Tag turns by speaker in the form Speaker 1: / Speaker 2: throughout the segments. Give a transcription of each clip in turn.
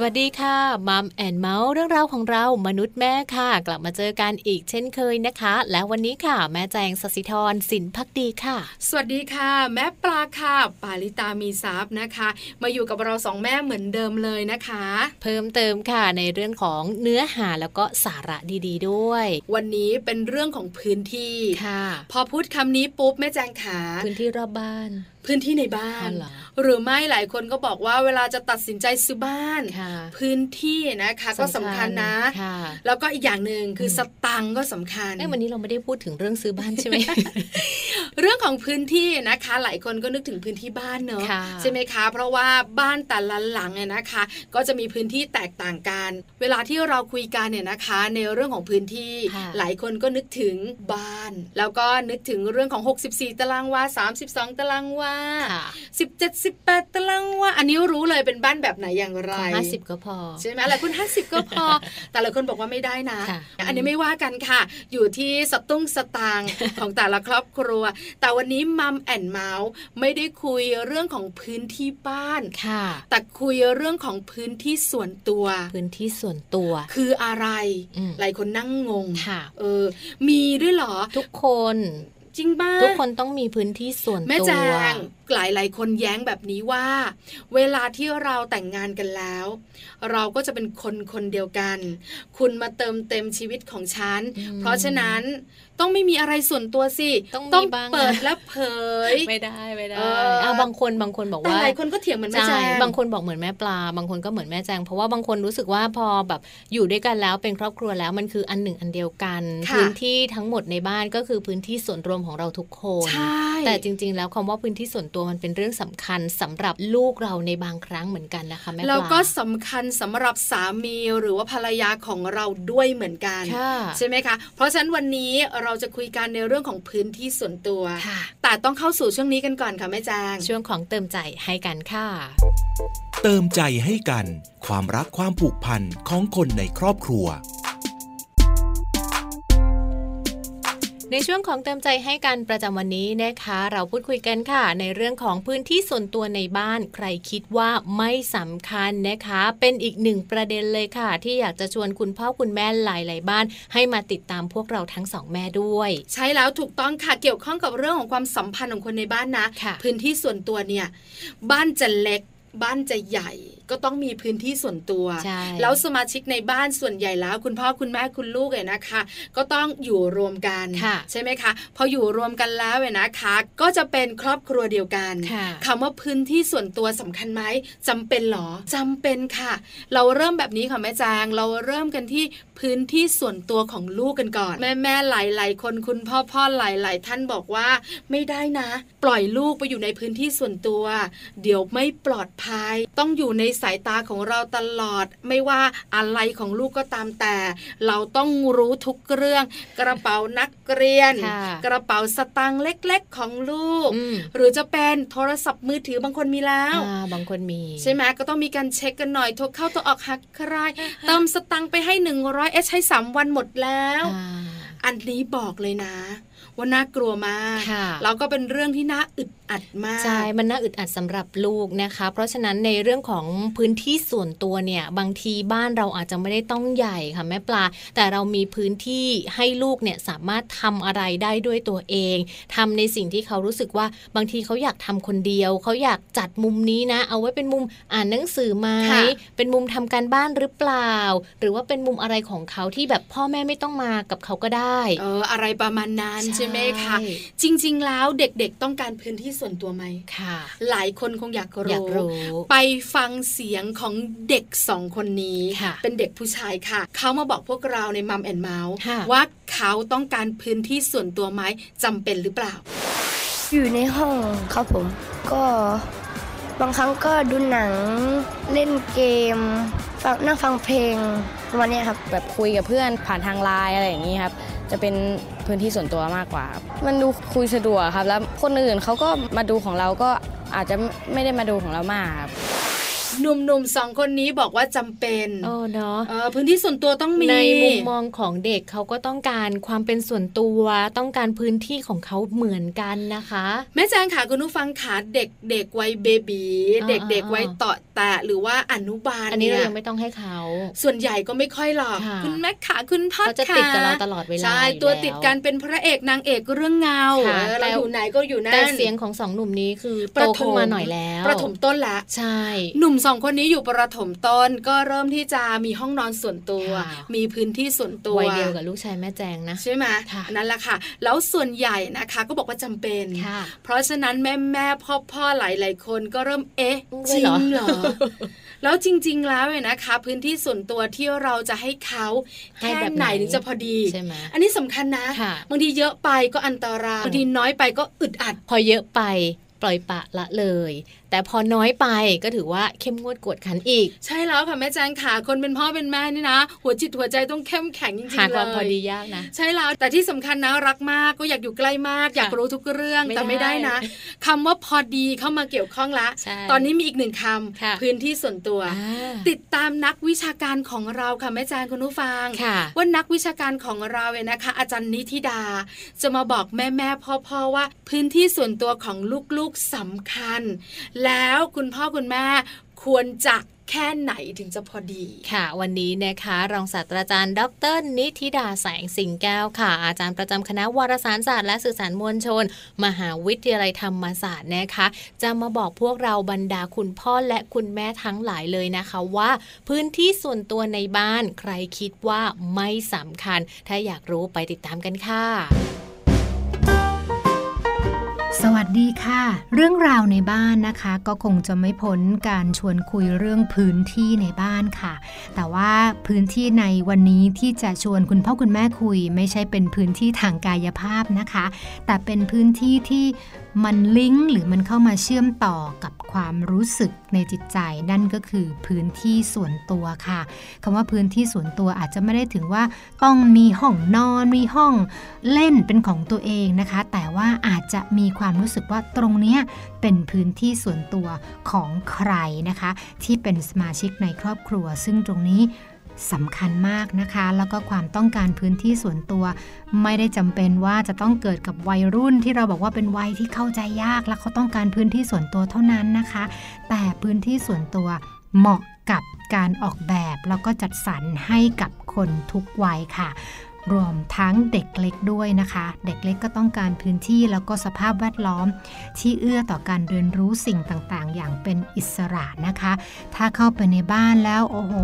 Speaker 1: สวัสดีค่ะมัมแอนเมาส์เรื่องราวของเรามนุษย์แม่ค่ะ กลับมาเจอกันอีกเช่นเคยนะคะ และวันนี้ค่ะ แม่แจงสศิธรสินพักดีค่ะ
Speaker 2: สวัสดีค่ะ แม่ปลาค่ะ ปาลิตามีซับนะคะ มาอยู่กับเราสองแม่เหมือนเดิมเลยนะคะ
Speaker 1: เพิ่มเติมค่ะในเรื่องของเนื้อหาแล้วก็สาระดีๆด้วย
Speaker 2: วันนี้เป็นเรื่องของพื้นที่
Speaker 1: ค่ะ
Speaker 2: พอพูดคำนี้ปุ๊บแม่แจงขา
Speaker 1: พื้นที่รอบบ้าน
Speaker 2: พื้นที่ในบ้า
Speaker 1: อ๋
Speaker 2: น
Speaker 1: อเหรอ
Speaker 2: รือไม่หลายคนก็บอกว่าเวลาจะตัดสินใจซื้อบ้าน
Speaker 1: ค่ะ
Speaker 2: พื้นที่นะคะก็สำคัญนะ
Speaker 1: ค่ะ
Speaker 2: แล้วก็อีกอย่างหนึ่งคืออ
Speaker 1: ม
Speaker 2: สตังค์ก็สำคัญ
Speaker 1: เอ้ยวันนี้เราไม่ได้พูดถึงเรื่องซื้อบ้านใช่ไหม
Speaker 2: เรื่องของพื้นที่นะคะ หลายคนก็นึกถึงพื้นที่บ้านเนอะ
Speaker 1: ค่ะ
Speaker 2: ใช่ไหมคะ เพราะว่าบ้านแต่ละหลังเนี่ยนะคะ ก็จะมีพื้นที่แตกต่างกัน เวลาที่เราคุยกันเนี่ยนะคะ ในเรื่องของพื้นที่
Speaker 1: ค่ะ
Speaker 2: หลายคนก็นึกถึงบ้าน แล้วก็นึกถึงเรื่องของ 64 ตารางวา32 ตารางวา
Speaker 1: ค่ะ
Speaker 2: 17 18 ตารางวาอันนี้รู้เลยเป็นบ้านแบบไหนอย่างไร
Speaker 1: ขอห้าสิบก็พอ
Speaker 2: ใช่ไหมหลายคน 50 ก็พอ แต่หลายคนบอกว่าไม่ได้นะ
Speaker 1: ค่ะ
Speaker 2: อันนี้ไม่ว่ากันค่ะ อยู่ที่สตุ้งสตางค์ ของแต่ละครอบครัว แต่วันนี้มัมแอนเมาส์ไม่ได้คุยเรื่องของพื้นที่บ้าน
Speaker 1: ค่ะ
Speaker 2: แต่คุยเรื่องของพื้นที่ส่วนตัว
Speaker 1: พื้นที่ส่วนตัว
Speaker 2: คืออะไร
Speaker 1: อืม
Speaker 2: หลายคนนั่งงง
Speaker 1: ค่ะ
Speaker 2: เออ มีด้วยเหรอ
Speaker 1: ทุกคน
Speaker 2: จริงบ้า
Speaker 1: ทุกคนต้องมีพื้นที่ส่วนตัว
Speaker 2: แม่แจงหลายหลายๆคนแย้งแบบนี้ว่า เวลาที่เราแต่งงานกันแล้ว เราก็จะเป็นคนคนเดียวกัน คุณมาเติมเต็มชีวิตของฉัน
Speaker 1: อืม
Speaker 2: เพราะฉะนั้นต้องไม่มีอะไรส่วนตัวสิ
Speaker 1: ต้องมีบ้างนะ
Speaker 2: เปิดและเผย
Speaker 1: ไม่ได้ไม่ได้
Speaker 2: เอออ่
Speaker 1: ะบางคนบางคนบอก
Speaker 2: แต่
Speaker 1: ว่า
Speaker 2: หลายคนก็เถียงเหมือนแม่
Speaker 1: ใช่
Speaker 2: แจง
Speaker 1: บางคนบอกเหมือนแม่ปลา บางคนก็เหมือนแม่แจง เพราะว่าบางคนรู้สึกว่าพอแบบอยู่ด้วยกันแล้วเป็นครอบครัวแล้วมันคืออันหนึ่งอันเดียวกัน
Speaker 2: ค่ะ
Speaker 1: พื้นที่ทั้งหมดในบ้านก็คือพื้นที่ส่วนรวมของเราทุกคน
Speaker 2: ใช่
Speaker 1: แต่จริง ๆ แล้วคำว่าพื้นที่ส่วนตัวมันเป็นเรื่องสำคัญสำหรับลูกเราในบางครั้งเหมือนกันนะคะแม่ปลา
Speaker 2: แล้วก็สำคัญสำหรับสามีหรือว่าภรรยาของเราด้วยเหมือนกัน
Speaker 1: ค่ะ
Speaker 2: ใช่ไหมคะ เพราะฉะนั้นวันนี้เราจะคุยกันในเรื่องของพื้นที่ส่วนตัว
Speaker 1: ค่ะ
Speaker 2: แต่ต้องเข้าสู่ช่วงนี้กันก่อนค่ะแม่แจง
Speaker 1: ช่วงของเติมใจให้กันค่ะ
Speaker 3: เติมใจให้กัน ความรักความผูกพันของคนในครอบครัว
Speaker 1: ในช่วงของเติมใจให้กันประจำวันนี้นะคะ เราพูดคุยกันค่ะ ในเรื่องของพื้นที่ส่วนตัวในบ้าน ใครคิดว่าไม่สำคัญนะคะ เป็นอีกหนึ่งประเด็นเลยค่ะ ที่อยากจะชวนคุณพ่อคุณแม่หลายๆบ้าน ให้มาติดตามพวกเราทั้งสองแม่ด้วย
Speaker 2: ใช่แล้วถูกต้องค่ะเกี่ยวข้องกับเรื่องของความสัมพันธ์ของคนในบ้านนะ
Speaker 1: ค่ะ
Speaker 2: พื้นที่ส่วนตัวเนี่ย บ้านจะเล็ก บ้านจะใหญ่ ก็ต้องมีพื้นที่ส่วนตัว
Speaker 1: ใช่
Speaker 2: แล้วสมาชิกในบ้านส่วนใหญ่แล้ว คุณพ่อคุณแม่คุณลูกเนี่ยนะคะ ก็ต้องอยู่รวมกัน
Speaker 1: ค่ะ
Speaker 2: ใช่ไหมคะพออยู่รวมกันแล้วเนี่ยนะคะ ก็จะเป็นครอบครัวเดียวกัน
Speaker 1: ค่ะ
Speaker 2: คำว่าพื้นที่ส่วนตัวสำคัญไหมจำเป็นเหรอจำเป็นค่ะ เราเริ่มแบบนี้ค่ะแม่แจางเราเริ่มกันที่พื้นที่ส่วนตัวของลูกกันก่อน แม่แม่ๆหลาย ๆ คนคุณพ่อพ่อหลาย ๆ ท่านบอกว่า ไม่ได้นะ ปล่อยลูกไปอยู่ในพื้นที่ส่วนตัว เดี๋ยวไม่ปลอดภัย ต้องอยู่ในสายตาของเราตลอด ไม่ว่าอะไรของลูกก็ตามแต่ เราต้องรู้ทุกเรื่อง กระเป๋านักเรียน
Speaker 1: ค่ะ
Speaker 2: กระเป๋าสตางค์เล็ก ๆ ของลูก
Speaker 1: อืม
Speaker 2: หรือจะเป็นโทรศัพท์มือถือบางคนมีแล้ว
Speaker 1: อ่าบางคนมี
Speaker 2: ใช่ไหมก็ต้องมีการเช็คกันหน่อยโทรเข้าตัวออกหักใครเติมสตังค์ไปให้ 100เอชใช้3วันหมดแล้ว
Speaker 1: อ่า
Speaker 2: อันนี้บอกเลยนะ ว่าน่ากลัวมาก
Speaker 1: ค่ะ
Speaker 2: แล้วก็เป็นเรื่องที่น่าอึดอัดมาก
Speaker 1: ใช่ มันน่าอึดอัดสำหรับลูกนะคะ เพราะฉะนั้นในเรื่องของพื้นที่ส่วนตัวเนี่ย บางทีบ้านเราอาจจะไม่ได้ต้องใหญ่ค่ะแม่ปลา แต่เรามีพื้นที่ให้ลูกเนี่ยสามารถทำอะไรได้ด้วยตัวเองทำในสิ่งที่เขารู้สึกว่าบางทีเขาอยากทำคนเดียว เขาอยากจัดมุมนี้นะ เอาไว้เป็นมุมอ่านหนังสือไหม
Speaker 2: ค่ะ
Speaker 1: เป็นมุมทำการบ้านหรือเปล่า หรือว่าเป็นมุมอะไรของเขาที่แบบพ่อแม่ไม่ต้องมากับเขาก็ได้
Speaker 2: เอออะไรประมาณนั้นใช่ไหมคะ
Speaker 1: ใช่
Speaker 2: จริง ๆ แล้วเด็กๆต้องการพื้นที่ส่วนตัวไหม
Speaker 1: ค่ะ
Speaker 2: หลายคนคงอยาก
Speaker 1: อยาก
Speaker 2: รู้
Speaker 1: รู้
Speaker 2: ไปฟังเสียงของเด็กสองคนนี้
Speaker 1: ค่ะ
Speaker 2: เป็นเด็กผู้ชายค่ะ เขามาบอกพวกเราในมัมแอนเมาส์
Speaker 1: ค่ะ
Speaker 2: ว่าเขาต้องการพื้นที่ส่วนตัวไหมจำเป็นหรือเปล่า
Speaker 4: อยู่ในห้องครับผม ก็บางครั้งก็ดูหนังเล่นเกมฟังนั่งฟังเพลงประมาณเนี้ยครับ
Speaker 5: แบบคุยกับเพื่อนผ่านทางไลน์อะไรอย่างนี้ครับ จะเป็นพื้นที่ส่วนตัวมากกว่าครับมันดูคุยสะดวกครับ แล้วคนอื่นเขาก็มาดูของเราก็อาจจะไม่ได้มาดูของเรามากครับ
Speaker 2: หนุ่มๆสองคนนี้บอกว่าจำเป็น
Speaker 1: โอ้เนาะ
Speaker 2: เออพื้นที่ส่วนตัวต้องมี
Speaker 1: ในมุมมองของเด็กเขาก็ต้องการความเป็นส่วนตัวต้องการพื้นที่ของเขาเหมือนกันนะคะ
Speaker 2: แม่แจงค่ะคุณผู้ฟังค่ะเด็กเด็กวัยเบบี
Speaker 1: อ่า
Speaker 2: เด็กเด็ก
Speaker 1: อ่า
Speaker 2: วัยเตาะแตะหรือว่าอนุบาล
Speaker 1: อันนี้เรา
Speaker 2: ย
Speaker 1: ยังไม่ต้องให้เขา
Speaker 2: ส่วนใหญ่ก็ไม่ค่อยหรอก
Speaker 1: ค่ะ
Speaker 2: ณแม่ขาคุณพ่อ
Speaker 1: เขาจะ
Speaker 2: ขา
Speaker 1: ติดกับเราตลอดเวลา
Speaker 2: ใช่
Speaker 1: อยู่
Speaker 2: ตัวติดกัน
Speaker 1: แล้
Speaker 2: เป็นพระเอกนางเอกเรื่องเงา
Speaker 1: ค่ะ
Speaker 2: เออ
Speaker 1: แต่
Speaker 2: เราอยู่ไหนก็อยู่
Speaker 1: ว
Speaker 2: นั่น
Speaker 1: แต่เสียงของสองหนุ่มนี้คือ
Speaker 2: ป
Speaker 1: โต
Speaker 2: ระถม
Speaker 1: ขึ้นมาหน่อยแล้ว
Speaker 2: ประถมต้นละ
Speaker 1: ใช่
Speaker 2: หนุ่มสองคนนี้อยู่ประถมต้นก็เริ่มที่จะมีห้องนอนส่วนตัว
Speaker 1: ค่ะ
Speaker 2: มีพื้นที่ส่วนตัว
Speaker 1: วัยเดียวกับลูกชายแม่แจงนะ
Speaker 2: ใช่ไหม
Speaker 1: ค่ะ
Speaker 2: นั่นแหละค่ะ แล้วส่วนใหญ่นะคะก็บอกว่าจำเป็น
Speaker 1: ค่ะ
Speaker 2: เพราะฉะนั้นแม่แม่พ่อพ่อหลายหลายๆคนก็เริ่มเอ๊ะ
Speaker 1: ด้
Speaker 2: จ
Speaker 1: วย
Speaker 2: ริ
Speaker 1: เหรอ
Speaker 2: ง เหรอ แล้วจริง ๆ แล้วเนี่ยนะคะ พื้นที่ส่วนตัวที่เราจะให้เขาแค่ไหนถึงจะพอดี
Speaker 1: ใช่ไหม
Speaker 2: อันนี้สำคัญนะ
Speaker 1: ค่ะ
Speaker 2: บางทีเยอะไปก็อันตรายบางทีน้อยไปก็อึดอัด
Speaker 1: พอเยอะไปปล่อยปละละเลย แต่พอน้อยไปก็ถือว่าเข้มงวดกวดขันอีก
Speaker 2: ใช่แล้วค่ะแม่แจงค่ะคนเป็นพ่อเป็นแม่นี่นะ หัวจิตหัวใจต้องเข้มแข็งจริงๆเลย
Speaker 1: หาความพอดียากนะ
Speaker 2: ใช่แล้วแต่ที่สำคัญนะรักมากก็อยากอยู่ใกล้มาก อยากรู้ทุกเรื่อง
Speaker 1: ไม่
Speaker 2: แต่ไม่ได้
Speaker 1: ได้
Speaker 2: นะคำว่าพอดีเข้ามาเกี่ยวข้องละ
Speaker 1: ใช่
Speaker 2: ตอนนี้มีอีกหนึ่งค
Speaker 1: ค่ะ
Speaker 2: ำพื้นที่ส่วนตัว
Speaker 1: อ่า
Speaker 2: ติดตามนักวิชาการของเราค่ะแม่แจางคุณผู้ฟัง
Speaker 1: ค่ะ
Speaker 2: ว่านักวิชาการของเราเนี่ยนะคะ อาจารย์นิธิดา จะมาบอกแม่แม่พ่อพ่อๆว่า พื้นที่ส่วนตัวของลูกๆสำคัญ แล้วคุณพ่อคุณแม่ควรจะแค่ไหนถึงจะพอดี
Speaker 1: ค่ะ วันนี้นะคะรองศาสตราจารย์ ดร นิธิดาแสงสิงแก้วค่ะ อาจารย์ประจำคณะวารสารศาสตร์และสื่อสารมวลชน มหาวิทยาลัยธรรมศาสตร์นะคะ จะมาบอกพวกเราบรรดาคุณพ่อและคุณแม่ทั้งหลายเลยนะคะว่า พื้นที่ส่วนตัวในบ้านใครคิดว่าไม่สำคัญ ถ้าอยากรู้ไปติดตามกันค่ะ
Speaker 6: สวัสดีค่ะ เรื่องราวในบ้านนะคะ ก็คงจะไม่พ้นการชวนคุยเรื่องพื้นที่ในบ้านค่ะ แต่ว่าพื้นที่ในวันนี้ที่จะชวนคุณพ่อคุณแม่คุย ไม่ใช่เป็นพื้นที่ทางกายภาพนะคะ แต่เป็นพื้นที่ที่มันลิงก์หรือมันเข้ามาเชื่อมต่อกับความรู้สึกในจิตใจ นั่นก็คือพื้นที่ส่วนตัวค่ะคำว่าพื้นที่ส่วนตัวอาจจะไม่ได้ถึงว่าต้องมีห้องนอนมีห้อง เล่นเป็นของตัวเองนะคะ แต่ว่าอาจจะมีความรู้สึกว่าตรงเนี้ยเป็นพื้นที่ส่วนตัวของใครนะคะ ที่เป็นสมาชิกในครอบครัว ซึ่งตรงนี้สำคัญมากนะคะ แล้วก็ความต้องการพื้นที่ส่วนตัว ไม่ได้จำเป็นว่าจะต้องเกิดกับวัยรุ่นที่เราบอกว่าเป็นวัยที่เข้าใจยาก และเขาต้องการพื้นที่ส่วนตัวเท่านั้นนะคะ แต่พื้นที่ส่วนตัวเหมาะกับการออกแบบ แล้วก็จัดสรรให้กับคนทุกวัยค่ะ รวมทั้งเด็กเล็กด้วยนะคะ เด็กเล็กก็ต้องการพื้นที่แล้วก็สภาพแวดล้อม ที่เอื้อต่อการเรียนรู้สิ่งต่างๆ อย่างเป็นอิสระนะคะ ถ้าเข้าไปในบ้านแล้วโอ้โห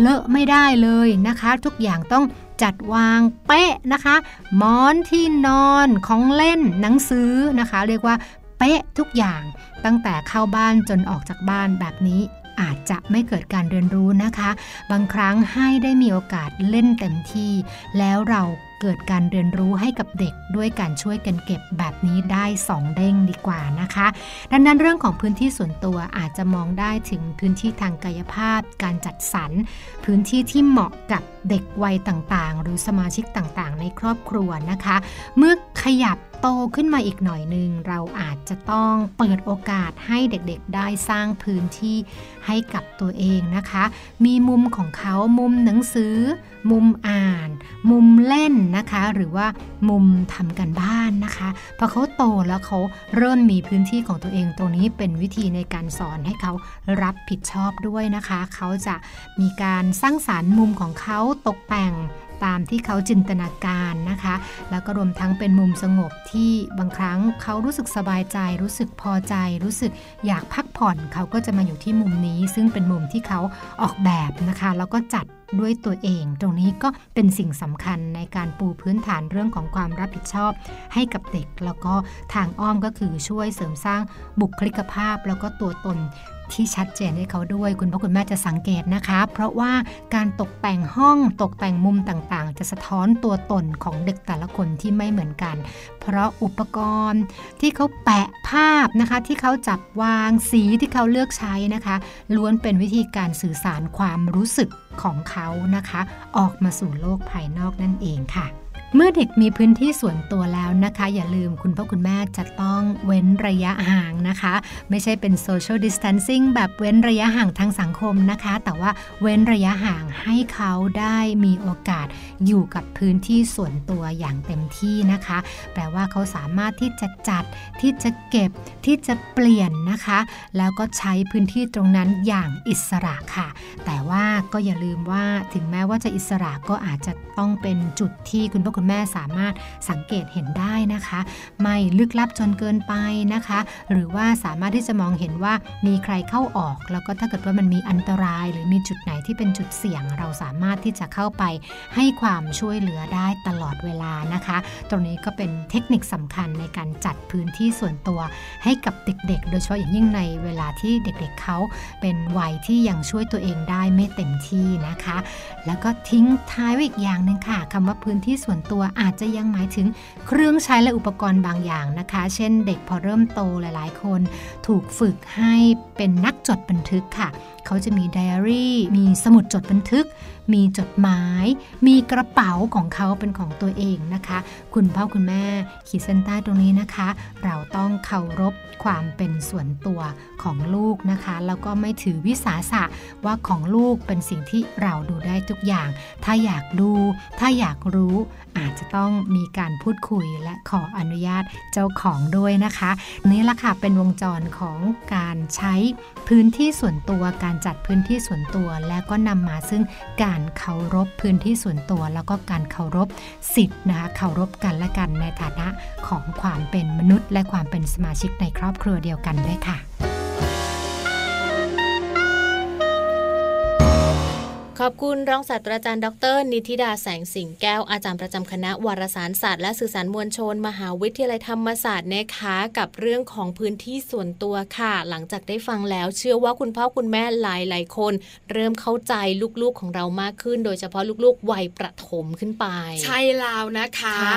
Speaker 6: เลอะไม่ได้เลยนะคะ ทุกอย่างต้องจัดวางเป๊ะนะคะหมอนที่นอนของเล่นหนังสือนะคะ เรียกว่าเป๊ะทุกอย่าง ตั้งแต่เข้าบ้านจนออกจากบ้านแบบนี้ อาจจะไม่เกิดการเรียนรู้นะคะ บางครั้งให้ได้มีโอกาสเล่นเต็มที่ แล้วเราเกิดการเรียนรู้ให้กับเด็กด้วยการช่วยกันเก็บแบบนี้ได้สองเด้งดีกว่านะคะ ดังนั้นเรื่องของพื้นที่ส่วนตัวอาจจะมองได้ถึงพื้นที่ทางกายภาพ การจัดสรร พื้นที่ที่เหมาะกับเด็กวัยต่างๆ หรือสมาชิกต่างๆ ในครอบครัวนะคะ เมื่อขยับโตขึ้นมาอีกหน่อยหนึง เราอาจจะต้องเปิดโอกาสให้เด็กๆ ได้สร้างพื้นที่ให้กับตัวเองนะคะ มีมุมของเขามุมหนังสือ มุมอ่าน มุมเล่นนะคะ หรือว่ามุมทำกันบ้านนะคะพอเขาโตแล้วเขาเริ่มมีพื้นที่ของตัวเอง ตรงนี้เป็นวิธีในการสอนให้เขารับผิดชอบด้วยนะคะ เขาจะมีการสร้างสารรค์มุมของเขาตกแต่งตามที่เขาจินตนาการนะคะ แล้วก็รวมทั้งเป็นมุมสงบที่บางครั้งเขารู้สึกสบายใจ รู้สึกพอใจ รู้สึกอยากพักผ่อนเขาก็จะมาอยู่ที่มุมนี้ ซึ่งเป็นมุมที่เขาออกแบบนะคะ แล้วก็จัดด้วยตัวเอง ตรงนี้ก็เป็นสิ่งสำคัญในการปูพื้นฐานเรื่องของความรับผิดชอบ ให้กับเด็ก แล้วก็ทางอ้อมก็คือช่วยเสริมสร้างบุคลิกภาพ แล้วก็ตัวตนที่ชัดเจนให้เขาด้วย คุณพ่อคุณแม่จะสังเกตนะคะ เพราะว่าการตกแต่งห้องตกแต่งมุมต่างๆ จะสะท้อนตัวตนของเด็กแต่ละคนที่ไม่เหมือนกัน เพราะอุปกรณ์ที่เขาแปะภาพนะคะ ที่เขาจับวางสีที่เขาเลือกใช้นะคะ ล้วนเป็นวิธีการสื่อสารความรู้สึกของเขานะคะ ออกมาสู่โลกภายนอกนั่นเองค่ะ เมื่อเด็กมีพื้นที่ส่วนตัวแล้วนะคะ อย่าลืมคุณพ่อคุณแม่จะต้องเว้นระยะห่างนะคะ ไม่ใช่เป็น social distancing แบบเว้นระยะห่างทางสังคมนะคะ แต่ว่าเว้นระยะห่างให้เขาได้มีโอกาสอยู่กับพื้นที่ส่วนตัวอย่างเต็มที่นะคะ แปลว่าเขาสามารถที่จะจัดที่จะเก็บที่จะเปลี่ยนนะคะ แล้วก็ใช้พื้นที่ตรงนั้นอย่างอิสระค่ะ แต่ว่าก็อย่าลืมว่าถึงแม้ว่าจะอิสระก็อาจจะต้องเป็นจุดที่คุณพ่อคุณแม่สามารถสังเกตเห็นได้นะคะ ไม่ลึกลับจนเกินไปนะคะ หรือว่าสามารถที่จะมองเห็นว่ามีใครเข้าออก แล้วก็ถ้าเกิดว่ามันมีอันตราย หรือมีจุดไหนที่เป็นจุดเสี่ยง เราสามารถที่จะเข้าไปให้ความช่วยเหลือได้ตลอดเวลานะคะ ตรงนี้ก็เป็นเทคนิคสำคัญในการจัดพื้นที่ส่วนตัวให้กับเด็กๆ โดยเฉพาะอย่างยิ่งในเวลาที่เด็กๆเขาเป็นวัยที่ยังช่วยตัวเองได้ไม่เต็มที่นะคะ แล้วก็ทิ้งท้ายไว้อีกอย่างหนึ่งค่ะคำว่าพื้นที่ส่วนตัวอาจจะยังหมายถึงเครื่องใช้และอุปกรณ์บางอย่างนะคะ เช่นเด็กพอเริ่มโตหลายๆ คน ถูกฝึกให้เป็นนักจดบันทึกค่ะ เขาจะมีไดอารี่ มีสมุดจดบันทึก มีจดหมาย มีกระเป๋าของเขาเป็นของตัวเองนะคะ คุณพ่อคุณแม่ขีดเส้นใต้ตรงนี้นะคะ เราต้องเคารพความเป็นส่วนตัวของลูกนะคะ แล้วก็ไม่ถือวิสาสะว่าของลูกเป็นสิ่งที่เราดูได้ทุกอย่าง ถ้าอยากดู ถ้าอยากรู้ อาจจะต้องมีการพูดคุยและขออนุญาตเจ้าของด้วยนะคะ นี่แหละค่ะเป็นวงจรของการใช้พื้นที่ส่วนตัว การจัดพื้นที่ส่วนตัว และก็นำมาซึ่งการเคารพพื้นที่ส่วนตัว แล้วก็การเคารพสิทธิ์นะคะเคารพกันและกันในฐานะของความเป็นมนุษย์ และความเป็นสมาชิกในครอบครัวเดียวกันด้วยค่ะ
Speaker 1: ขอบคุณรองศาสตราจารย์ดร นิติดาแสงสิงแก้วอาจารย์ประจำคณะวารสารศาสตร์และสื่อสารมวลชน มหาวิทยาลัยธรรมศาสตร์นะคะกับเรื่องของพื้นที่ส่วนตัวค่ะ หลังจากได้ฟังแล้ว เชื่อว่าคุณพ่อคุณแม่หลายหลายๆคน เริ่มเข้าใจลูกๆของเรามากขึ้น โดยเฉพาะลูกๆวัยประถมขึ้นไป
Speaker 2: ใช่แล้วนะคะ
Speaker 1: ค่ะ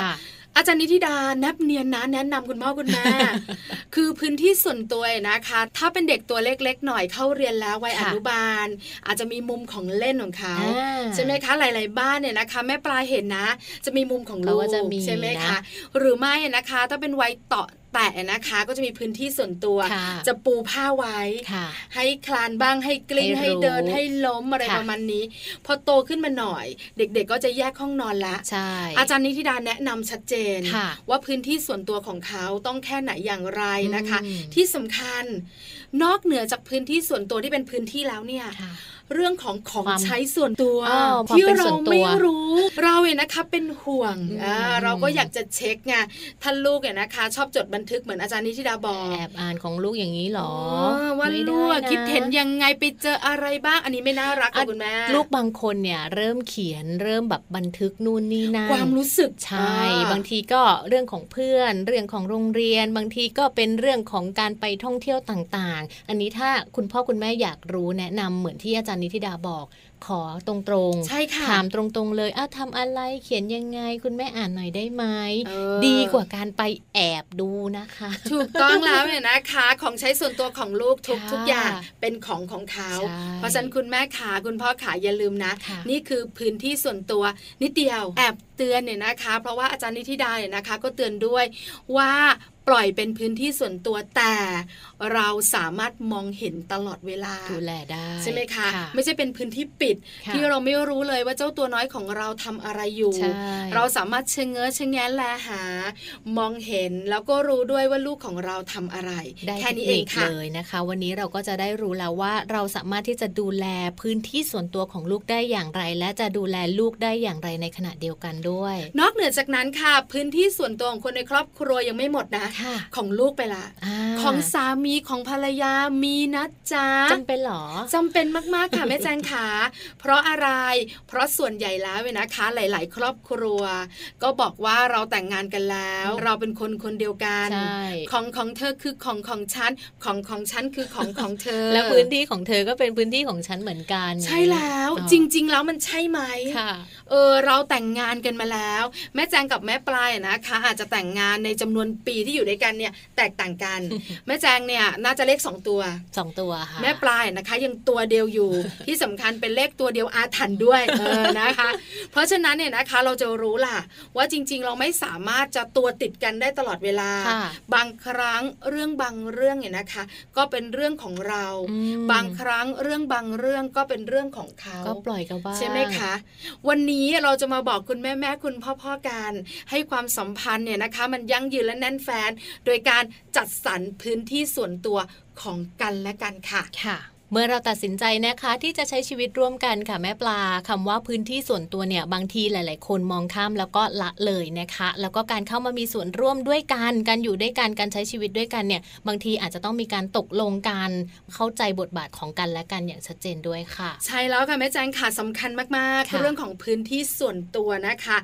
Speaker 2: อาจารย์นิธิดาแนบเนียนนะแนะนำคุณพ่อคุณแม่ คือพื้นที่ส่วนตัวนะคะ ถ้าเป็นเด็กตัวเล็กๆ หน่อยเข้าเรียนแล้ววัยอ
Speaker 1: ค่ะ
Speaker 2: นุบาล อาจจะมีมุมของเล่นของเขา
Speaker 1: อ่า
Speaker 2: ใช่ไหมคะหลาย ๆ บ้านเนี่ยนะคะ แม่ปลาเห็นนะ จะมีมุมของ
Speaker 1: เขา
Speaker 2: ลูก
Speaker 1: ก็จะมี
Speaker 2: ใช่ไหม
Speaker 1: นะคะ
Speaker 2: หรือไม่นะคะ ถ้าเป็นวัยเต่อแต่นะคะ ก็จะมีพื้นที่ส่วนตัว
Speaker 1: ค่ะ
Speaker 2: จะปูผ้าไว้
Speaker 1: ค่ะ
Speaker 2: ให้คลานบ้างให้กลิ้ง
Speaker 1: ให้
Speaker 2: ให้
Speaker 1: รู้
Speaker 2: เดินให้ล้มอะไร
Speaker 1: ค่ะ
Speaker 2: ประมาณนี้ พอโตขึ้นมาหน่อย เด็ก ๆ ก็จะแยกห้องนอนละ
Speaker 1: ใช่
Speaker 2: อาจารย์นิธิดาแนะนำชัดเจน
Speaker 1: ค่ะ
Speaker 2: ว่าพื้นที่ส่วนตัวของเขาต้องแค่ไหนอย่างไรนะคะ
Speaker 1: อืม
Speaker 2: ที่สำคัญ นอกเหนือจากพื้นที่ส่วนตัวที่เป็นพื้นที่แล้วเนี่ย
Speaker 1: ค่ะ
Speaker 2: เรื่องของของ
Speaker 1: ความ
Speaker 2: ใช้ส่วนตัว
Speaker 1: อ้าวความ
Speaker 2: ที่
Speaker 1: เป็นส่
Speaker 2: เรา
Speaker 1: วนตัว
Speaker 2: ไม่รู้ เราเนี่ยนะคะเป็นห่วง
Speaker 1: อืม
Speaker 2: อ่าเราก็อยากจะเช็คไงท่านลูกเนี่ยนะคะ ชอบจดบันทึกเหมือนอาจารย์นิธิดาบอก
Speaker 1: แอบอ่านของลูกอย่างนี้เหรอ
Speaker 2: เออว่า
Speaker 1: ไม่ได้
Speaker 2: ลูก
Speaker 1: นะ
Speaker 2: คิดเห็นยังไงไปเจออะไรบ้างอันนี้ไม่น่ารักค่ะ
Speaker 1: อ่ะ
Speaker 2: คุณแม่
Speaker 1: ลูกบางคนเนี่ยเริ่มเขียนเริ่มแบบบันทึกนู่นนี่นั่น
Speaker 2: ความรู้สึก
Speaker 1: ใช่
Speaker 2: อ่
Speaker 1: บางทีก็เรื่องของเพื่อน เรื่องของโรงเรียน บางทีก็เป็นเรื่องของการไปท่องเที่ยวต่างๆ อันนี้ถ้าคุณพ่อคุณแม่อยากรู้แนะนำเหมือนที่อาจารย์นิธิดาบอก ขอตรงๆ
Speaker 2: ใช่ค่ะ
Speaker 1: ถามตรงๆเลยอ้าวทำอะไรเขียนยังไง คุณแม่อ่านหน่อยได้ไหม
Speaker 2: เออ
Speaker 1: ดีกว่าการไปแอบดูนะคะ
Speaker 2: ถูกต้องแล้วเนี่ยนะคะ ของใช้ส่วนตัวของลูกทุก
Speaker 1: ค่ะ
Speaker 2: ทุกอย่างเป็นของของเขา
Speaker 1: ใช่
Speaker 2: เพราะฉะนั้นคุณแม่ขาคุณพ่อขาอย่าลืมนะ
Speaker 1: ค่ะ
Speaker 2: นี่คือพื้นที่ส่วนตัวนิดเดียวแอบเตือนเนี่ยนะคะ เพราะว่าอาจารย์นิธิดาเนี่ยนะคะ ก็เตือนด้วยว่าปล่อยเป็นพื้นที่ส่วนตัวแต่ เราสามารถมองเห็นตลอดเวลา
Speaker 1: ูแลได้
Speaker 2: ใช่ไหมคะ
Speaker 1: ค่ะ
Speaker 2: ไม่ใช่เป็นพื้นที่ปิด
Speaker 1: ค่ะ
Speaker 2: ที่เราไม่รู้เลยว่าเจ้าตัวน้อยของเราทำอะไรอยู่
Speaker 1: ใช่
Speaker 2: เราสามารถเชงเง้อเชงแงนแลหา มองเห็นแล้วก็รู้ด้วยว่าลูกของเราทำอะไร
Speaker 1: ได้
Speaker 2: แค่นี้
Speaker 1: ท
Speaker 2: เอง
Speaker 1: ค
Speaker 2: ค่ะ
Speaker 1: เลยนะคะ วันนี้เราก็จะได้รู้แล้วว่าเราสามารถที่จะดูแลพื้นที่ส่วนตัวของลูกได้อย่างไร และจะดูแลลูกได้อย่างไรในขณะเดียวกันด้วย
Speaker 2: นอกเหนือจากนั้นค่ะ พื้นที่ส่วนตัวของคนในครอบครัวยังไม่หมดนะ
Speaker 1: ค่ะ
Speaker 2: ของลูกไปละ
Speaker 1: า
Speaker 2: ของสามีของภรรยามีนะจ๊ะ
Speaker 1: จำเป็นเหรอ
Speaker 2: จำเป็นมาก ๆ ค่ะ แม่แจงขาเพราะอะไร เพราะส่วนใหญ่แล้วเว้ยนะคะ หลาย ๆ ครอบครัว ก็บอกว่าเราแต่งงานกันแล้ว เราเป็นคนคนเดียวกัน
Speaker 1: ใช่
Speaker 2: ของของเธอคือของของฉันของของฉันคือของของเธอ
Speaker 1: และพื้นที่ของเธอก็เป็นพื้นที่ของฉันเหมือนกัน
Speaker 2: ใช่แล้ว
Speaker 1: อ๋อ
Speaker 2: จริง ๆ แล้วมันใช่ไหม
Speaker 1: ค่ะ
Speaker 2: เออเราแต่งงานกันมาแล้ว แม่แจงกับแม่ปลายอะนะคะ อาจจะแต่งงานในจำนวนปีที่อยู่ด้วยกันเนี่ยแตกต่าง กัน แม่แจงเนี่ยน่าจะเลขสองตัว
Speaker 1: สองตัวค่ะ
Speaker 2: แม่ปลายนะคะ ยังตัวเดียวอยู่ ที่สำคัญเป็นเลข ขตัวเดียวอาถรรพ์ด้วยเออนะคะ เพราะฉะนั้นเนี่ยนะคะเราจะรู้ล่ะ ว่าจริง ๆ เราไม่สามารถจะตัวติดกันได้ตลอดเวลา
Speaker 1: ค่ะ
Speaker 2: บางครั้งเรื่องบางเรื่องเนี่ยนะคะ ก็เป็นเรื่องของเรา
Speaker 1: อืม
Speaker 2: บางครั้งเรื่องบางเรื่องก็เป็นเรื่องของเขา
Speaker 1: ก็ปล่อยกันบ้าง
Speaker 2: ใช่ไหมคะ วันนี้เราจะมาบอกคุณแม่แม่ๆคุณพ่อพ่อๆกัน ให้ความสัมพันธ์เนี่ยนะคะ มันยั่งยืนและแน่นแฟน โดยการจัดสรรพื้นที่ส่วนตัวของกันและกันค่ะ
Speaker 1: ค่ะ เมื่อเราตัดสินใจนะคะที่จะใช้ชีวิตร่วมกันค่ะแม่ปลาคำว่าพื้นที่ส่วนตัวเนี่ยบางทีหลาย ๆ คนมองข้ามแล้วก็ละเลยนะคะ แล้วก็การเข้ามามีส่วนร่วมด้วยกันการอยู่ด้วยกันการใช้ชีวิตด้วยกันเนี่ยบางทีอาจจะต้องมีการตกลงกันเข้าใจบทบาทของกันและกันอย่างชัดเจนด้วยค่ะ
Speaker 2: ใช่แล้วค่ะแม่แจงค่ะสำคัญมาก
Speaker 1: ค่ะ
Speaker 2: ๆ เรื่องของพื้นที่ส่วนตัวนะคะ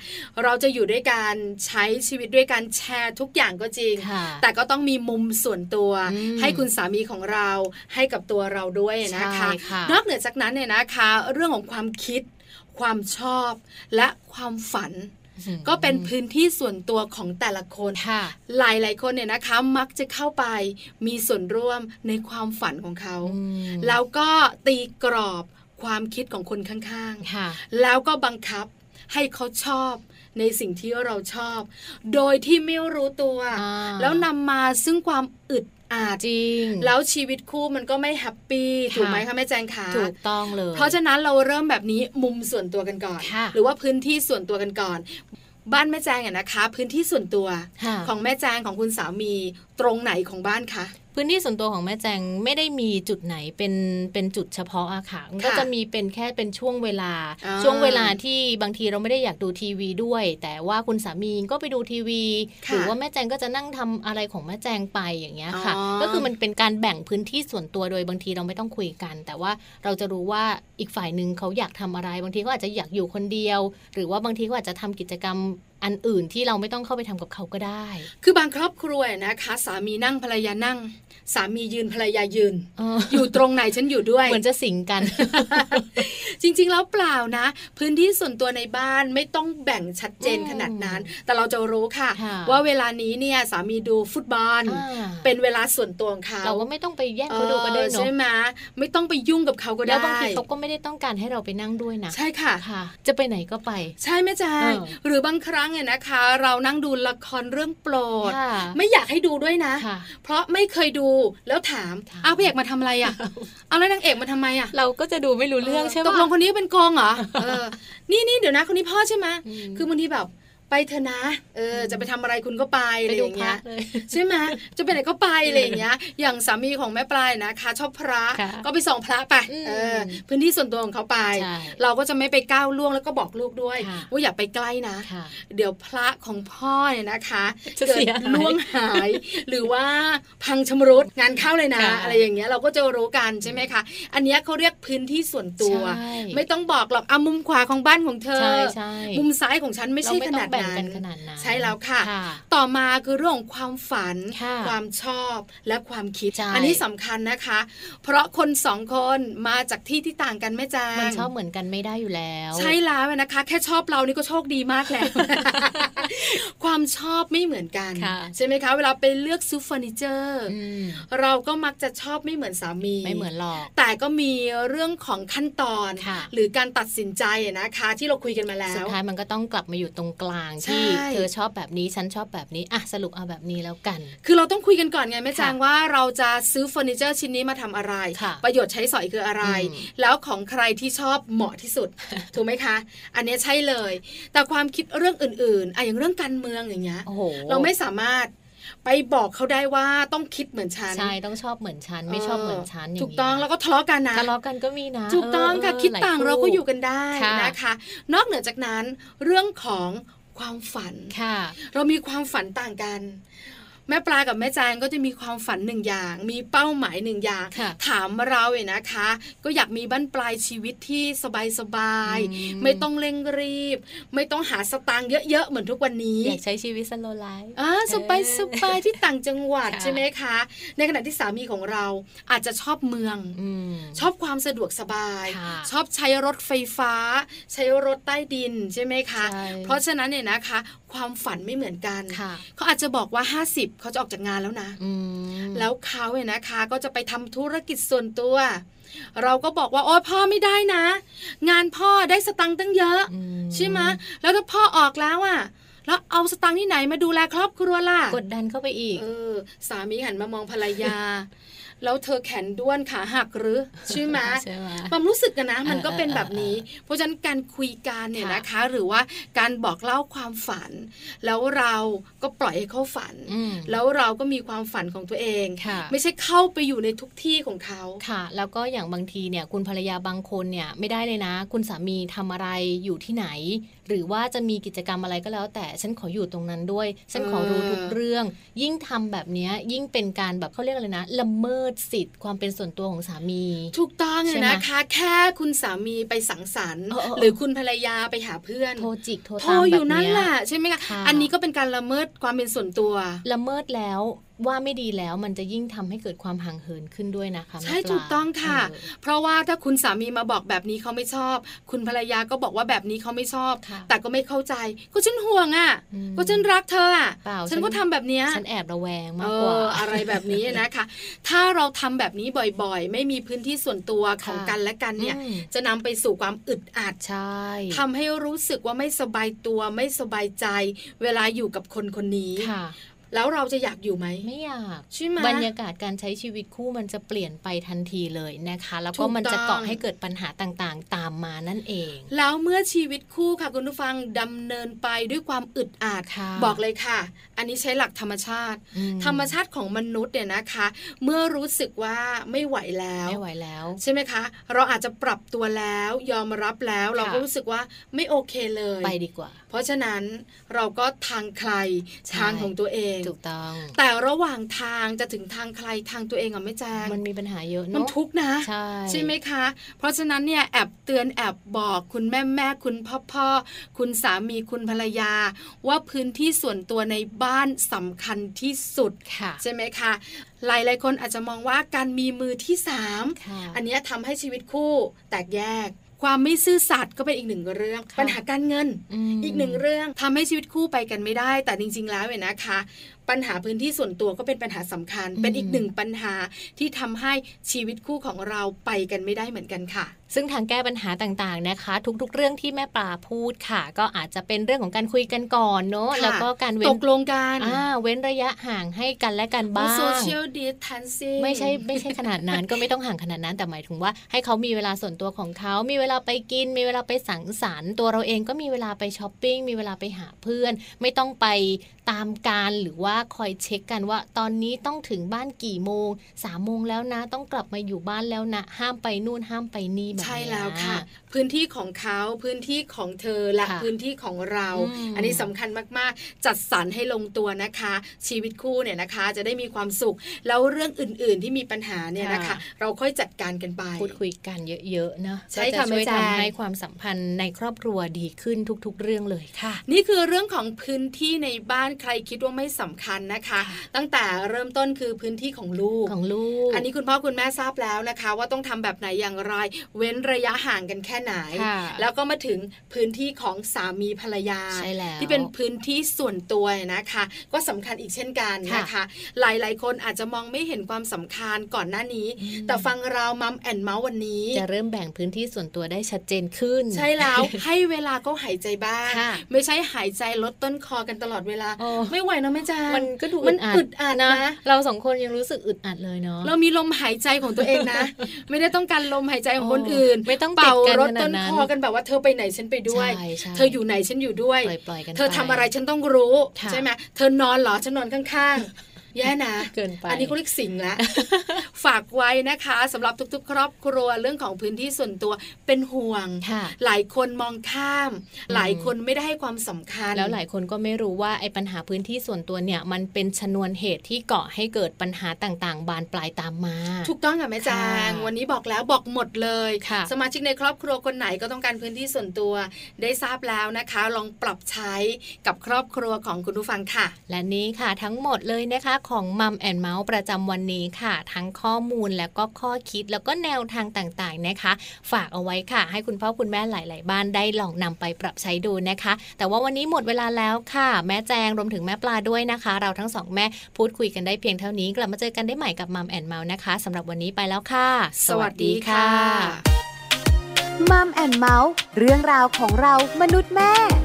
Speaker 2: เราจะอยู่ด้วยกันใช้ชีวิตด้วยกันแชร์ทุกอย่างก็จริง
Speaker 1: ค่ะ
Speaker 2: แต่ก็ต้องมีมุมส่วนตัว
Speaker 1: อืม
Speaker 2: ให้คุณสามีของเราให้กับตัวเราด้วยนะคะ
Speaker 1: ใช่ค่ะ
Speaker 2: นอกเหนือจากนั้นเนี่ยนะคะ เรื่องของความคิด ความชอบและความฝัน ก็เป็นพื้นที่ส่วนตัวของแต่ละคน
Speaker 1: ค่ะ
Speaker 2: หลายๆคนเนี่ยนะคะ มักจะเข้าไปมีส่วนร่วมในความฝันของเขา แล้วก็ตีกรอบความคิดของคนข้าง
Speaker 1: ค่ะ
Speaker 2: ๆ แล้วก็บังคับให้เขาชอบในสิ่งที่เราชอบ โดยที่ไม่รู้ตัว
Speaker 1: อ่า
Speaker 2: แล้วนำมาซึ่งความอึดอัด
Speaker 1: จริง
Speaker 2: แล้วชีวิตคู่มันก็ไม่แฮปปี้ถูกไหมคะแม่แจงขา
Speaker 1: ถูกต้องเลย
Speaker 2: เพราะฉะนั้นเราเริ่มแบบนี้มุมส่วนตัวกันก่อน
Speaker 1: ค่ะ
Speaker 2: หรือว่าพื้นที่ส่วนตัวกันก่อน บ้านแม่แจงอะนะคะ พื้นที่ส่วนตัว
Speaker 1: ค่ะ
Speaker 2: ของแม่แจงของคุณสามีตรงไหนของบ้านคะ
Speaker 1: พื้นที่ส่วนตัวของแม่แจงไม่ได้มีจุดไหนเป็นเป็นจุดเฉพาะอะค่ะมันก็จะมีเป็นแค่เป็นช่วงเวลา
Speaker 2: อ่า
Speaker 1: ช่วงเวลาที่บางทีเราไม่ได้อยากดูทีวีด้วย แต่ว่าคุณสามีก็ไปดูทีวี
Speaker 2: ค่ะ
Speaker 1: หรือว่าแม่แจงก็จะนั่งทำอะไรของแม่แจงไปอย่างเงี้ยค่ะ
Speaker 2: อ๋อ
Speaker 1: ก็คือมันเป็นการแบ่งพื้นที่ส่วนตัวโดยบางทีเราไม่ต้องคุยกัน แต่ว่าเราจะรู้ว่าอีกฝ่ายหนึ่งเขาอยากทำอะไร บางทีก็อาจจะอยากอยู่คนเดียว หรือว่าบางทีก็อาจจะทำกิจกรรมอันอื่นที่เราไม่ต้องเข้าไปทำกับเขาก็ได้
Speaker 2: คือบางครอบครัวอะนะคะ สามีนั่งภรรยานั่ง สามียืนภรรยายืน
Speaker 1: เออ
Speaker 2: อยู่ตรงไหนฉันอยู่ด้วย
Speaker 1: เหมือนจะสิงกัน
Speaker 2: จริงๆ แล้วเปล่านะ พื้นที่ส่วนตัวในบ้านไม่ต้องแบ่งชัดเจน
Speaker 1: อืม
Speaker 2: ขนาดนั้น แต่เราจะรู้ค่ะ
Speaker 1: ค่ะ
Speaker 2: ว่าเวลานี้เนี่ยสามีดูฟุตบอล
Speaker 1: อ่า
Speaker 2: เป็นเวลาส่วนตัวของเขา
Speaker 1: เราก็ไม่ต้องไปแย่งเขาดูก็ได้
Speaker 2: ออ
Speaker 1: เนาะ
Speaker 2: ใช่ไหมไม่ต้องไปยุ่งกับเขาก็ได้
Speaker 1: แล้วบางทีเขาก็ไม่ได้ต้องการให้เราไปนั่งด้วยนะ
Speaker 2: ใช่ค่ะ
Speaker 1: ค่ะ จะไปไหนก็ไป
Speaker 2: ใช่แม่แจง
Speaker 1: เออ
Speaker 2: หรือบางครั้งเนี่ยนะคะ เรานั่งดูละครเรื่องโปรด
Speaker 1: ค่ะ
Speaker 2: ไม่อยากให้ดูด้วยนะ
Speaker 1: ค่ะ
Speaker 2: เพราะไม่เคยดูแล้วถาม
Speaker 1: ถาม
Speaker 2: เอาวพระเอกมาทำอะไร อ่ะ เอาแล้วนางเอกมาทำไมอ่ะ
Speaker 1: เราก็จะดูไม่รู้เรื่องใช่
Speaker 2: ต
Speaker 1: ปะ
Speaker 2: กลงคนนี้เป็นโกงเหรอเออ นี่นี่เดี๋ยวนะคนนี้พ่อใช่ไหม
Speaker 1: อืม
Speaker 2: คือบางทีแบบไปเถอะนะเออจะไปทำอะไรคุณก็ไปอะ
Speaker 1: ไป
Speaker 2: ไรอ
Speaker 1: ดู
Speaker 2: ย่าง
Speaker 1: พ
Speaker 2: เงี้
Speaker 1: ระ
Speaker 2: ย
Speaker 1: เลย
Speaker 2: ใช่ไหมจะไปไหนก็ไปอะไรอย่างเงี้ย อย่างสามีของแม่ปลายนะคะชอบพระ
Speaker 1: ค่ะ
Speaker 2: ก็ไปส่องพระไป
Speaker 1: อืม
Speaker 2: เออพื้นที่ส่วนตัวของเขาไป
Speaker 1: ใช่
Speaker 2: เราก็จะไม่ไปก้าวล่วงแล้วก็บอกลูกด้วย
Speaker 1: ค่ะ
Speaker 2: ว่าอย่าไปใกล้นะ
Speaker 1: ค่ะ
Speaker 2: เดี๋ยวพระของพ่อเนี่ยนะคะ
Speaker 1: จะ
Speaker 2: เกิ
Speaker 1: เสี
Speaker 2: ด
Speaker 1: ยหาย
Speaker 2: ล่วงหาย หรือว่าพังชำรุดงานเข้าเลยนะ
Speaker 1: ค่ะ
Speaker 2: อะไรอย่างเงี้ยเราก็จะรู้กันใช่ไหมคะอันเนี้ยเขาเรียกพื้นที่ส่วนตัว
Speaker 1: ใช่
Speaker 2: ไม่ต้องบอกหรอกอามุมขวาของบ้านของเธอ
Speaker 1: ใช่ใช่
Speaker 2: มุมซ้ายของฉันไม่
Speaker 1: เรา
Speaker 2: ใช่
Speaker 1: ไม่ต้อน
Speaker 2: ขาง ด
Speaker 1: แบ่ง
Speaker 2: นั้
Speaker 1: กัน นขนาดนั้น
Speaker 2: ใช่แล้วค่ะ
Speaker 1: ค่ะ
Speaker 2: ต่อมาคือเรื่องของความฝัน
Speaker 1: ค่ะ
Speaker 2: ความชอบและความคิด
Speaker 1: ใช่
Speaker 2: อันี้สำคัญนะคะ เพราะคนสองคนมาจากที่ที่ต่างกันแม่จาง
Speaker 1: มันชอบเหมือนกันไม่ได้อยู่แล้ว
Speaker 2: ใช่แล้วนะคะ แค่ชอบเรานี่ก็โชคดีมาก แล้ว ความชอบไม่เหมือนกัน
Speaker 1: ค่ะ
Speaker 2: ใช่ไหมคะ เวลาไปเลือกซื้อเฟอร์นิเจอร์
Speaker 1: อืม
Speaker 2: เราก็มักจะชอบไม่เหมือนสามี
Speaker 1: ไม่เหมือนหรอก
Speaker 2: แต่ก็มีเรื่องของขั้นตอน
Speaker 1: ค่ะ
Speaker 2: หรือการตัดสินใจนะคะ ที่เราคุยกันมาแล้
Speaker 1: สุด
Speaker 2: ว
Speaker 1: ท้ายมันก็ต้องกลับมาอยู่ตรงกลาง
Speaker 2: ใช่
Speaker 1: ที่เธอชอบแบบนี้ฉันชอบแบบนี้อ่ะสรุปเอาแบบนี้แล้วกัน
Speaker 2: คือเราต้องคุยกันก่อนไงแม่
Speaker 1: ค่ะ
Speaker 2: จางว่าเราจะซื้อเฟอร์นิเจอร์ชิ้นนี้มาทำอะไร
Speaker 1: ค่ะ
Speaker 2: ประโยชน์ใช้สอยคืออะไร
Speaker 1: อืม
Speaker 2: แล้วของใครที่ชอบเหมาะที่สุด ถูกไหมคะ อันเนี้ยใช่เลย แต่ความคิดเรื่องอื่นๆอะอย่างเรื่องการเมืองอย่างเงี้ย
Speaker 1: โอ้โห
Speaker 2: เราไม่สามารถไปบอกเขาได้ว่าต้องคิดเหมือนฉัน
Speaker 1: ใช่ต้องชอบเหมือนฉันไม่ชอบเหมือนฉันย่านี้
Speaker 2: ถูกต้องแล้วก็ทะเลาะกันนะ
Speaker 1: ทะเลาะกันก็มีนะ
Speaker 2: ถูกต้องค่ะคิด
Speaker 1: เเหล
Speaker 2: ต่างเราก็อยู่กันได้
Speaker 1: ค่ะ
Speaker 2: นะคะ นอกเหนือจากนั้นเรื่องของความฝัน
Speaker 1: ค่ะ
Speaker 2: เรามีความฝันต่างกัน แม่ปลากับแม่แจงก็จะมีความฝันหนึ่งอย่าง มีเป้าหมายหนึ่งอย่าง
Speaker 1: ค่ะ
Speaker 2: ถามเราเนี่ยนะคะ ก็อยากมีบ้านปลายชีวิตที่สบายๆ
Speaker 1: อื
Speaker 2: ไม่ต้องเร่งรีบ ไม่ต้องหาสตางค์เยอะๆ เหมือนทุกวันนี้
Speaker 1: อยากใช้ชีวิตสโลไลฟ์
Speaker 2: อ่าสบายสบายที่ต่างจังหวัด
Speaker 1: ค่ะ
Speaker 2: ใช่ไหมคะ ในขณะที่สามีของเราอาจจะชอบเมือง
Speaker 1: อืม
Speaker 2: ชอบความสะดวกสบาย
Speaker 1: ค่ะ
Speaker 2: ชอบใช้รถไฟฟ้า ใช้รถใต้ดินใช่ไหมคะ
Speaker 1: ใช่
Speaker 2: เพราะฉะนั้นเนี่ยนะคะ ความฝันไม่เหมือนกัน
Speaker 1: ค่ะ
Speaker 2: เขาอาจจะบอกว่า 50 เขาจะออกจากงานแล้วนะ
Speaker 1: อืม
Speaker 2: แล้วเขาเนี่ยนะคะก็จะไปทำธุรกิจส่วนตัว เราก็บอกว่าโอ้ยพ่อไม่ได้นะ งานพ่อได้สตังค์ตั้งเยอะ
Speaker 1: อื
Speaker 2: ใช่ไหมแล้วถ้าพ่อออกแล้วอะแล้วเอาสตังค์ที่ไหนมาดูแลครอบครัวล่ะ
Speaker 1: กดดันเข้าไปอีก
Speaker 2: เออสามีหันมามองภรรยา แล้วเธอแขนด้วนขาหักหรือใช่ไหม
Speaker 1: ใช่ไหม
Speaker 2: ความรู้สึกกันนะมันก็
Speaker 1: เออ
Speaker 2: เป็น
Speaker 1: เออ
Speaker 2: แบบนี้ เพราะฉะนั้นการคุยกันเนี่ย
Speaker 1: ค่ะ
Speaker 2: นะคะ หรือว่าการบอกเล่าความฝัน แล้วเราก็ปล่อยให้เขาฝัน
Speaker 1: อืม
Speaker 2: แล้วเราก็มีความฝันของตัวเอง
Speaker 1: ค่ะ
Speaker 2: ไม่ใช่เข้าไปอยู่ในทุกที่ของเขา
Speaker 1: ค่ะ แล้วก็อย่างบางทีเนี่ยคุณภรรยาบางคนเนี่ยไม่ได้เลยนะ คุณสามีทำอะไรอยู่ที่ไหน หรือว่าจะมีกิจกรรมอะไรก็แล้ว แต่ฉันขออยู่ตรงนั้นด้วย ฉันขอรู้ทุกเรื่อง ยิ่งทำแบบเนี้ยยิ่งเป็นการแบบเขาเรียกอะไรนะละเมิดสิทธิ์ความเป็นส่วนตัวของสามี
Speaker 2: ถูกต้องเล
Speaker 1: ใช่
Speaker 2: ย
Speaker 1: ไหม
Speaker 2: นะคะ แค่คุณสามีไปสังสรรค์
Speaker 1: เออเออเออ
Speaker 2: หรือคุณภรรยาไปหาเพื่อน
Speaker 1: โทรจิกโทร
Speaker 2: โท
Speaker 1: ตาร ม
Speaker 2: อ
Speaker 1: แบ
Speaker 2: ยู่
Speaker 1: บ
Speaker 2: นั่น
Speaker 1: เนี้ย
Speaker 2: แหละใช่ไหมคะ
Speaker 1: ค่ะ
Speaker 2: อันนี้ก็เป็นการละเมิดความเป็นส่วนตัว
Speaker 1: ละเมิดแล้วว่าไม่ดีแล้วมันจะยิ่งทำให้เกิดความห่างเหินขึ้นด้วยนะคะแม่
Speaker 2: ใช่
Speaker 1: ปลา
Speaker 2: ถูกต้องค่ะ
Speaker 1: เออ
Speaker 2: เพราะว่าถ้าคุณสามีมาบอกแบบนี้เขาไม่ชอบ คุณภรรยาก็บอกว่าแบบนี้เขาไม่ชอบ
Speaker 1: ค่ะ
Speaker 2: แต่ก็ไม่เข้าใจ ก็ฉันห่วงอ่ะ
Speaker 1: อืม
Speaker 2: ก็ฉันรักเธออ่ะ
Speaker 1: เปล่า
Speaker 2: ฉั
Speaker 1: ฉั
Speaker 2: น
Speaker 1: น
Speaker 2: ก็ทำแบบเนี้ย
Speaker 1: ฉันแอบระแวงมาก
Speaker 2: เอก
Speaker 1: ว่า
Speaker 2: ออะไรแบบนี้นะคะ ถ้าเราทำแบบนี้บ่อยๆ ไม่มีพื้นที่ส่วนตัวของ
Speaker 1: ค่ะ
Speaker 2: กันและกันเนี่ย
Speaker 1: อืม
Speaker 2: จะนำไปสู่ความอึดอัด
Speaker 1: ใช่
Speaker 2: ทำให้รู้สึกว่าไม่สบายตัวไม่สบายใจ เวลาอยู่กับคนคนนี้
Speaker 1: ค่ะ
Speaker 2: แล้วเราจะอยากอยู่ไหม
Speaker 1: ไม่อยาก
Speaker 2: ใช่ไหม
Speaker 1: บรรยากาศการใช้ชีวิตคู่มันจะเปลี่ยนไปทันทีเลยนะคะ แล้วก็
Speaker 2: ถูก
Speaker 1: มันจะ
Speaker 2: ต้อง
Speaker 1: ก่อให้เกิดปัญหาต่างๆ ตามมานั่นเอง
Speaker 2: แล้วเมื่อชีวิตคู่ค่ะคุณผู้ฟังดำเนินไปด้วยความอึดอัด
Speaker 1: ค่ะ
Speaker 2: บอกเลยค่ะ อันนี้ใช้หลักธรรมชาติ
Speaker 1: อื
Speaker 2: ธรรมชาติของมนุษย์เนี่ยนะคะ เมื่อรู้สึกว่าไม่ไหวแล้ว
Speaker 1: ไม่ไหวแล้ว
Speaker 2: ใช่ไหมคะ เราอาจจะปรับตัวแล้วยอมรับแล้วเราก็รู้สึกว่าไม่โอเคเลย
Speaker 1: ไปดีกว่า
Speaker 2: เพราะฉะนั้นเราก็ทางใคร
Speaker 1: ใช่
Speaker 2: ทางของตัวเอง
Speaker 1: ถูกต้อง
Speaker 2: แต่ระหว่างทางจะถึงทางใครทางตัวเองอ่ะไม่แจ้ง
Speaker 1: มันมีปัญหาเยอะ
Speaker 2: มัน
Speaker 1: เนาะ
Speaker 2: ทุกข์นะ
Speaker 1: ใช่
Speaker 2: ใช่ไหมคะ เพราะฉะนั้นเนี่ยแอบเตือนแอบบอกคุณแม่แม่คุณพ่อพ่อคุณสามีคุณภรรยา ว่าพื้นที่ส่วนตัวในบ้านสำคัญที่สุด
Speaker 1: ค่ะ
Speaker 2: ใช่ไหมคะ หลายหลายๆคนอาจจะมองว่าการมีมือที่สาม
Speaker 1: ค่ะ
Speaker 2: อันเนี้ยทำให้ชีวิตคู่แตกแยก ความไม่ซื่อสัตย์ก็เป็นอีกหนึ่งเรื่อง
Speaker 1: ค่ะ
Speaker 2: ปัญหาการเงิน
Speaker 1: ม
Speaker 2: อีกหนึ่งเรื่องทำให้ชีวิตคู่ไปกันไม่ได้ แต่จริง ๆ แล้วเนี่ยนะคะ ปัญหาพื้นที่ส่วนตัวก็เป็นปัญหาสำคัญ เป็นอีกหนึ่งปัญหาที่ทำให้ชีวิตคู่ของเราไปกันไม่ได้เหมือนกันค่ะ
Speaker 1: ซึ่งทางแก้ปัญหาต่างๆนะคะ ทุกๆ เรื่องที่แม่ปลาพูดค่ะ ก็อาจจะเป็นเรื่องของการคุยกันก่อนเนาะ
Speaker 2: ค่ะ
Speaker 1: แล้วก็การเว้
Speaker 2: ต
Speaker 1: น
Speaker 2: กลงกัน
Speaker 1: อ่าเว้นระยะห่างให้กันและกันบ้าง
Speaker 2: โซเชียลดิสทันซิ่ง
Speaker 1: ไม่ใช่ไม่ใช่ขนาดนั้น ก็ไม่ต้องห่างขนาดนั้นแต่หมายถึงว่า ให้เขามีเวลาส่วนตัวของเขา มีเวลาไปกิน มีเวลาไปสังสรรค์ตัวเราเองก็มีเวลาไปช้อปปิ้งมีเวลาไปหาเพื่อน ไม่ต้องไปตามการหรือว่าคอยเช็คกันว่า ตอนนี้ต้องถึงบ้านกี่โมงสามโมงแล้วนะ ต้องกลับมาอยู่บ้านแล้วนะ ห้ามไปนู่นห้ามไปนี่แบบเนี้ย
Speaker 2: ใช่แล้วค่ะ พื้นที่ของเขาพื้นที่ของเธอและ
Speaker 1: ค่ะ
Speaker 2: พื้นที่ของเรา
Speaker 1: อืม
Speaker 2: อันนี้สำคัญมากๆ จัดสรรให้ลงตัวนะคะ ชีวิตคู่เนี่ยนะคะ จะได้มีความสุข แล้วเรื่องอื่นๆที่มีปัญหาเนี่ยนะคะ
Speaker 1: ค่ะ
Speaker 2: เราค่อยจัดการกันไป
Speaker 1: พูดคุยกันเยอะๆนะ
Speaker 2: ใช่
Speaker 1: ก็จะ
Speaker 2: ค่ะ
Speaker 1: ช่วย
Speaker 2: แม่แจง
Speaker 1: ทำให้ความสัมพันธ์ในครอบครัวดีขึ้นทุกๆ เรื่องเลยค่ะ
Speaker 2: นี่คือเรื่องของพื้นที่ในบ้านใครคิดว่าไม่สำคัญนะคะ ตั้งแต่เริ่มต้นคือพื้นที่ของลูก
Speaker 1: ของลูก
Speaker 2: อันนี้คุณพ่อคุณแม่ทราบแล้วนะคะ ว่าต้องทำแบบไหนอย่างไร เว้นระยะห่างกันแค่ไหน
Speaker 1: ค่ะ
Speaker 2: แล้วก็มาถึงพื้นที่ของสามีภรรยา
Speaker 1: ใช่แล้ว
Speaker 2: ที่เป็นพื้นที่ส่วนตัวนะคะ ก็สำคัญอีกเช่นกันนะคะ หลายๆ คนอาจจะมองไม่เห็นความสำคัญก่อนหน้านี้
Speaker 1: อืม
Speaker 2: แต่ฟังเรามัมแอนเมาส์วันนี้
Speaker 1: จะเริ่มแบ่งพื้นที่ส่วนตัวได้ชัดเจนขึ้น
Speaker 2: ใช่ แล้ว ให้เวลาเขาหายใจบ้าง
Speaker 1: ค่ะ
Speaker 2: ไม่ใช่หายใจลดต้นคอกันตลอดเวลา
Speaker 1: โอ้
Speaker 2: ไม่ไหวนะแม่จาง
Speaker 1: มันก็ดู
Speaker 2: มันอึ
Speaker 1: อึ
Speaker 2: ด
Speaker 1: ดอั
Speaker 2: อัด
Speaker 1: ด
Speaker 2: นะ
Speaker 1: นะ เราสองคนยังรู้สึกอึดอัดเลยเนาะ
Speaker 2: เรามีลมหายใจของตัวเองนะ ไม่ได้ต้องการลมหายใจของคนอื่น
Speaker 1: ไม่ต้อง
Speaker 2: เป่า
Speaker 1: ติดกัน
Speaker 2: ร
Speaker 1: ขนา
Speaker 2: ถต้
Speaker 1: ด
Speaker 2: น
Speaker 1: นั้น
Speaker 2: คอกันแบบว่าเธอไปไหนฉันไปด้วย
Speaker 1: ใช่ใช่
Speaker 2: เธออยู่ไหนฉันอยู่ด้วย
Speaker 1: ปล่อยปล่อยกัน
Speaker 2: เธอทำ
Speaker 1: ป
Speaker 2: อะไรฉันต้องรู้
Speaker 1: ค่ะ
Speaker 2: ใช่ไหมเธอนอนเหรอฉันนอนข้างๆ แย่นะ
Speaker 1: เกินไป
Speaker 2: อันนี้เขาเรียกสิง ละ ฝากไว้นะคะสำหรับทุกๆ ครอบครัวเรื่องของพื้นที่ส่วนตัวเป็นห่วง
Speaker 1: ค่ะ
Speaker 2: หลายคนมองข้าม
Speaker 1: อืม
Speaker 2: หลายคนไม่ได้ให้ความสำคัญ
Speaker 1: แล้วหลายคนก็ไม่รู้ว่าไอ้ปัญหาพื้นที่ส่วนตัวเนี่ย มันเป็นชนวนเหตุที่ก่อให้เกิดปัญหาต่างๆ บานปลายตามมา
Speaker 2: ถูกต้องค่ะแม่จาง
Speaker 1: ค่ะ
Speaker 2: วันนี้บอกแล้วบอกหมดเลย
Speaker 1: ค่ะ
Speaker 2: สมาชิกในครอบครัวคนไหนก็ต้องการพื้นที่ส่วนตัว ได้ทราบแล้วนะคะ ลองปรับใช้กับครอบครัวของคุณผู้ฟังค่ะ
Speaker 1: และนี้ค่ะทั้งหมดเลยนะคะ ของมัมแอนเมาส์ประจำวันนี้ค่ะ ทั้งข้อมูลแล้วก็ข้อคิดแล้วก็แนวทางต่างๆนะคะ ฝากเอาไว้ค่ะ ให้คุณพ่อคุณแม่หลาย ๆ บ้านได้ลองนำไปปรับใช้ดูนะคะ แต่ว่าวันนี้หมดเวลาแล้วค่ะ แม่แจงรวมถึงแม่ปลาด้วยนะคะ เราทั้งสองแม่พูดคุยกันได้เพียงเท่านี้กลับมาเจอกันได้ใหม่กับมัมแอนเมาส์นะคะสำหรับวันนี้ไปแล้วค่ะ
Speaker 2: สวัสดีค่ะ
Speaker 7: มัมแอนเมาส์เรื่องราวของเรามนุษย์แม่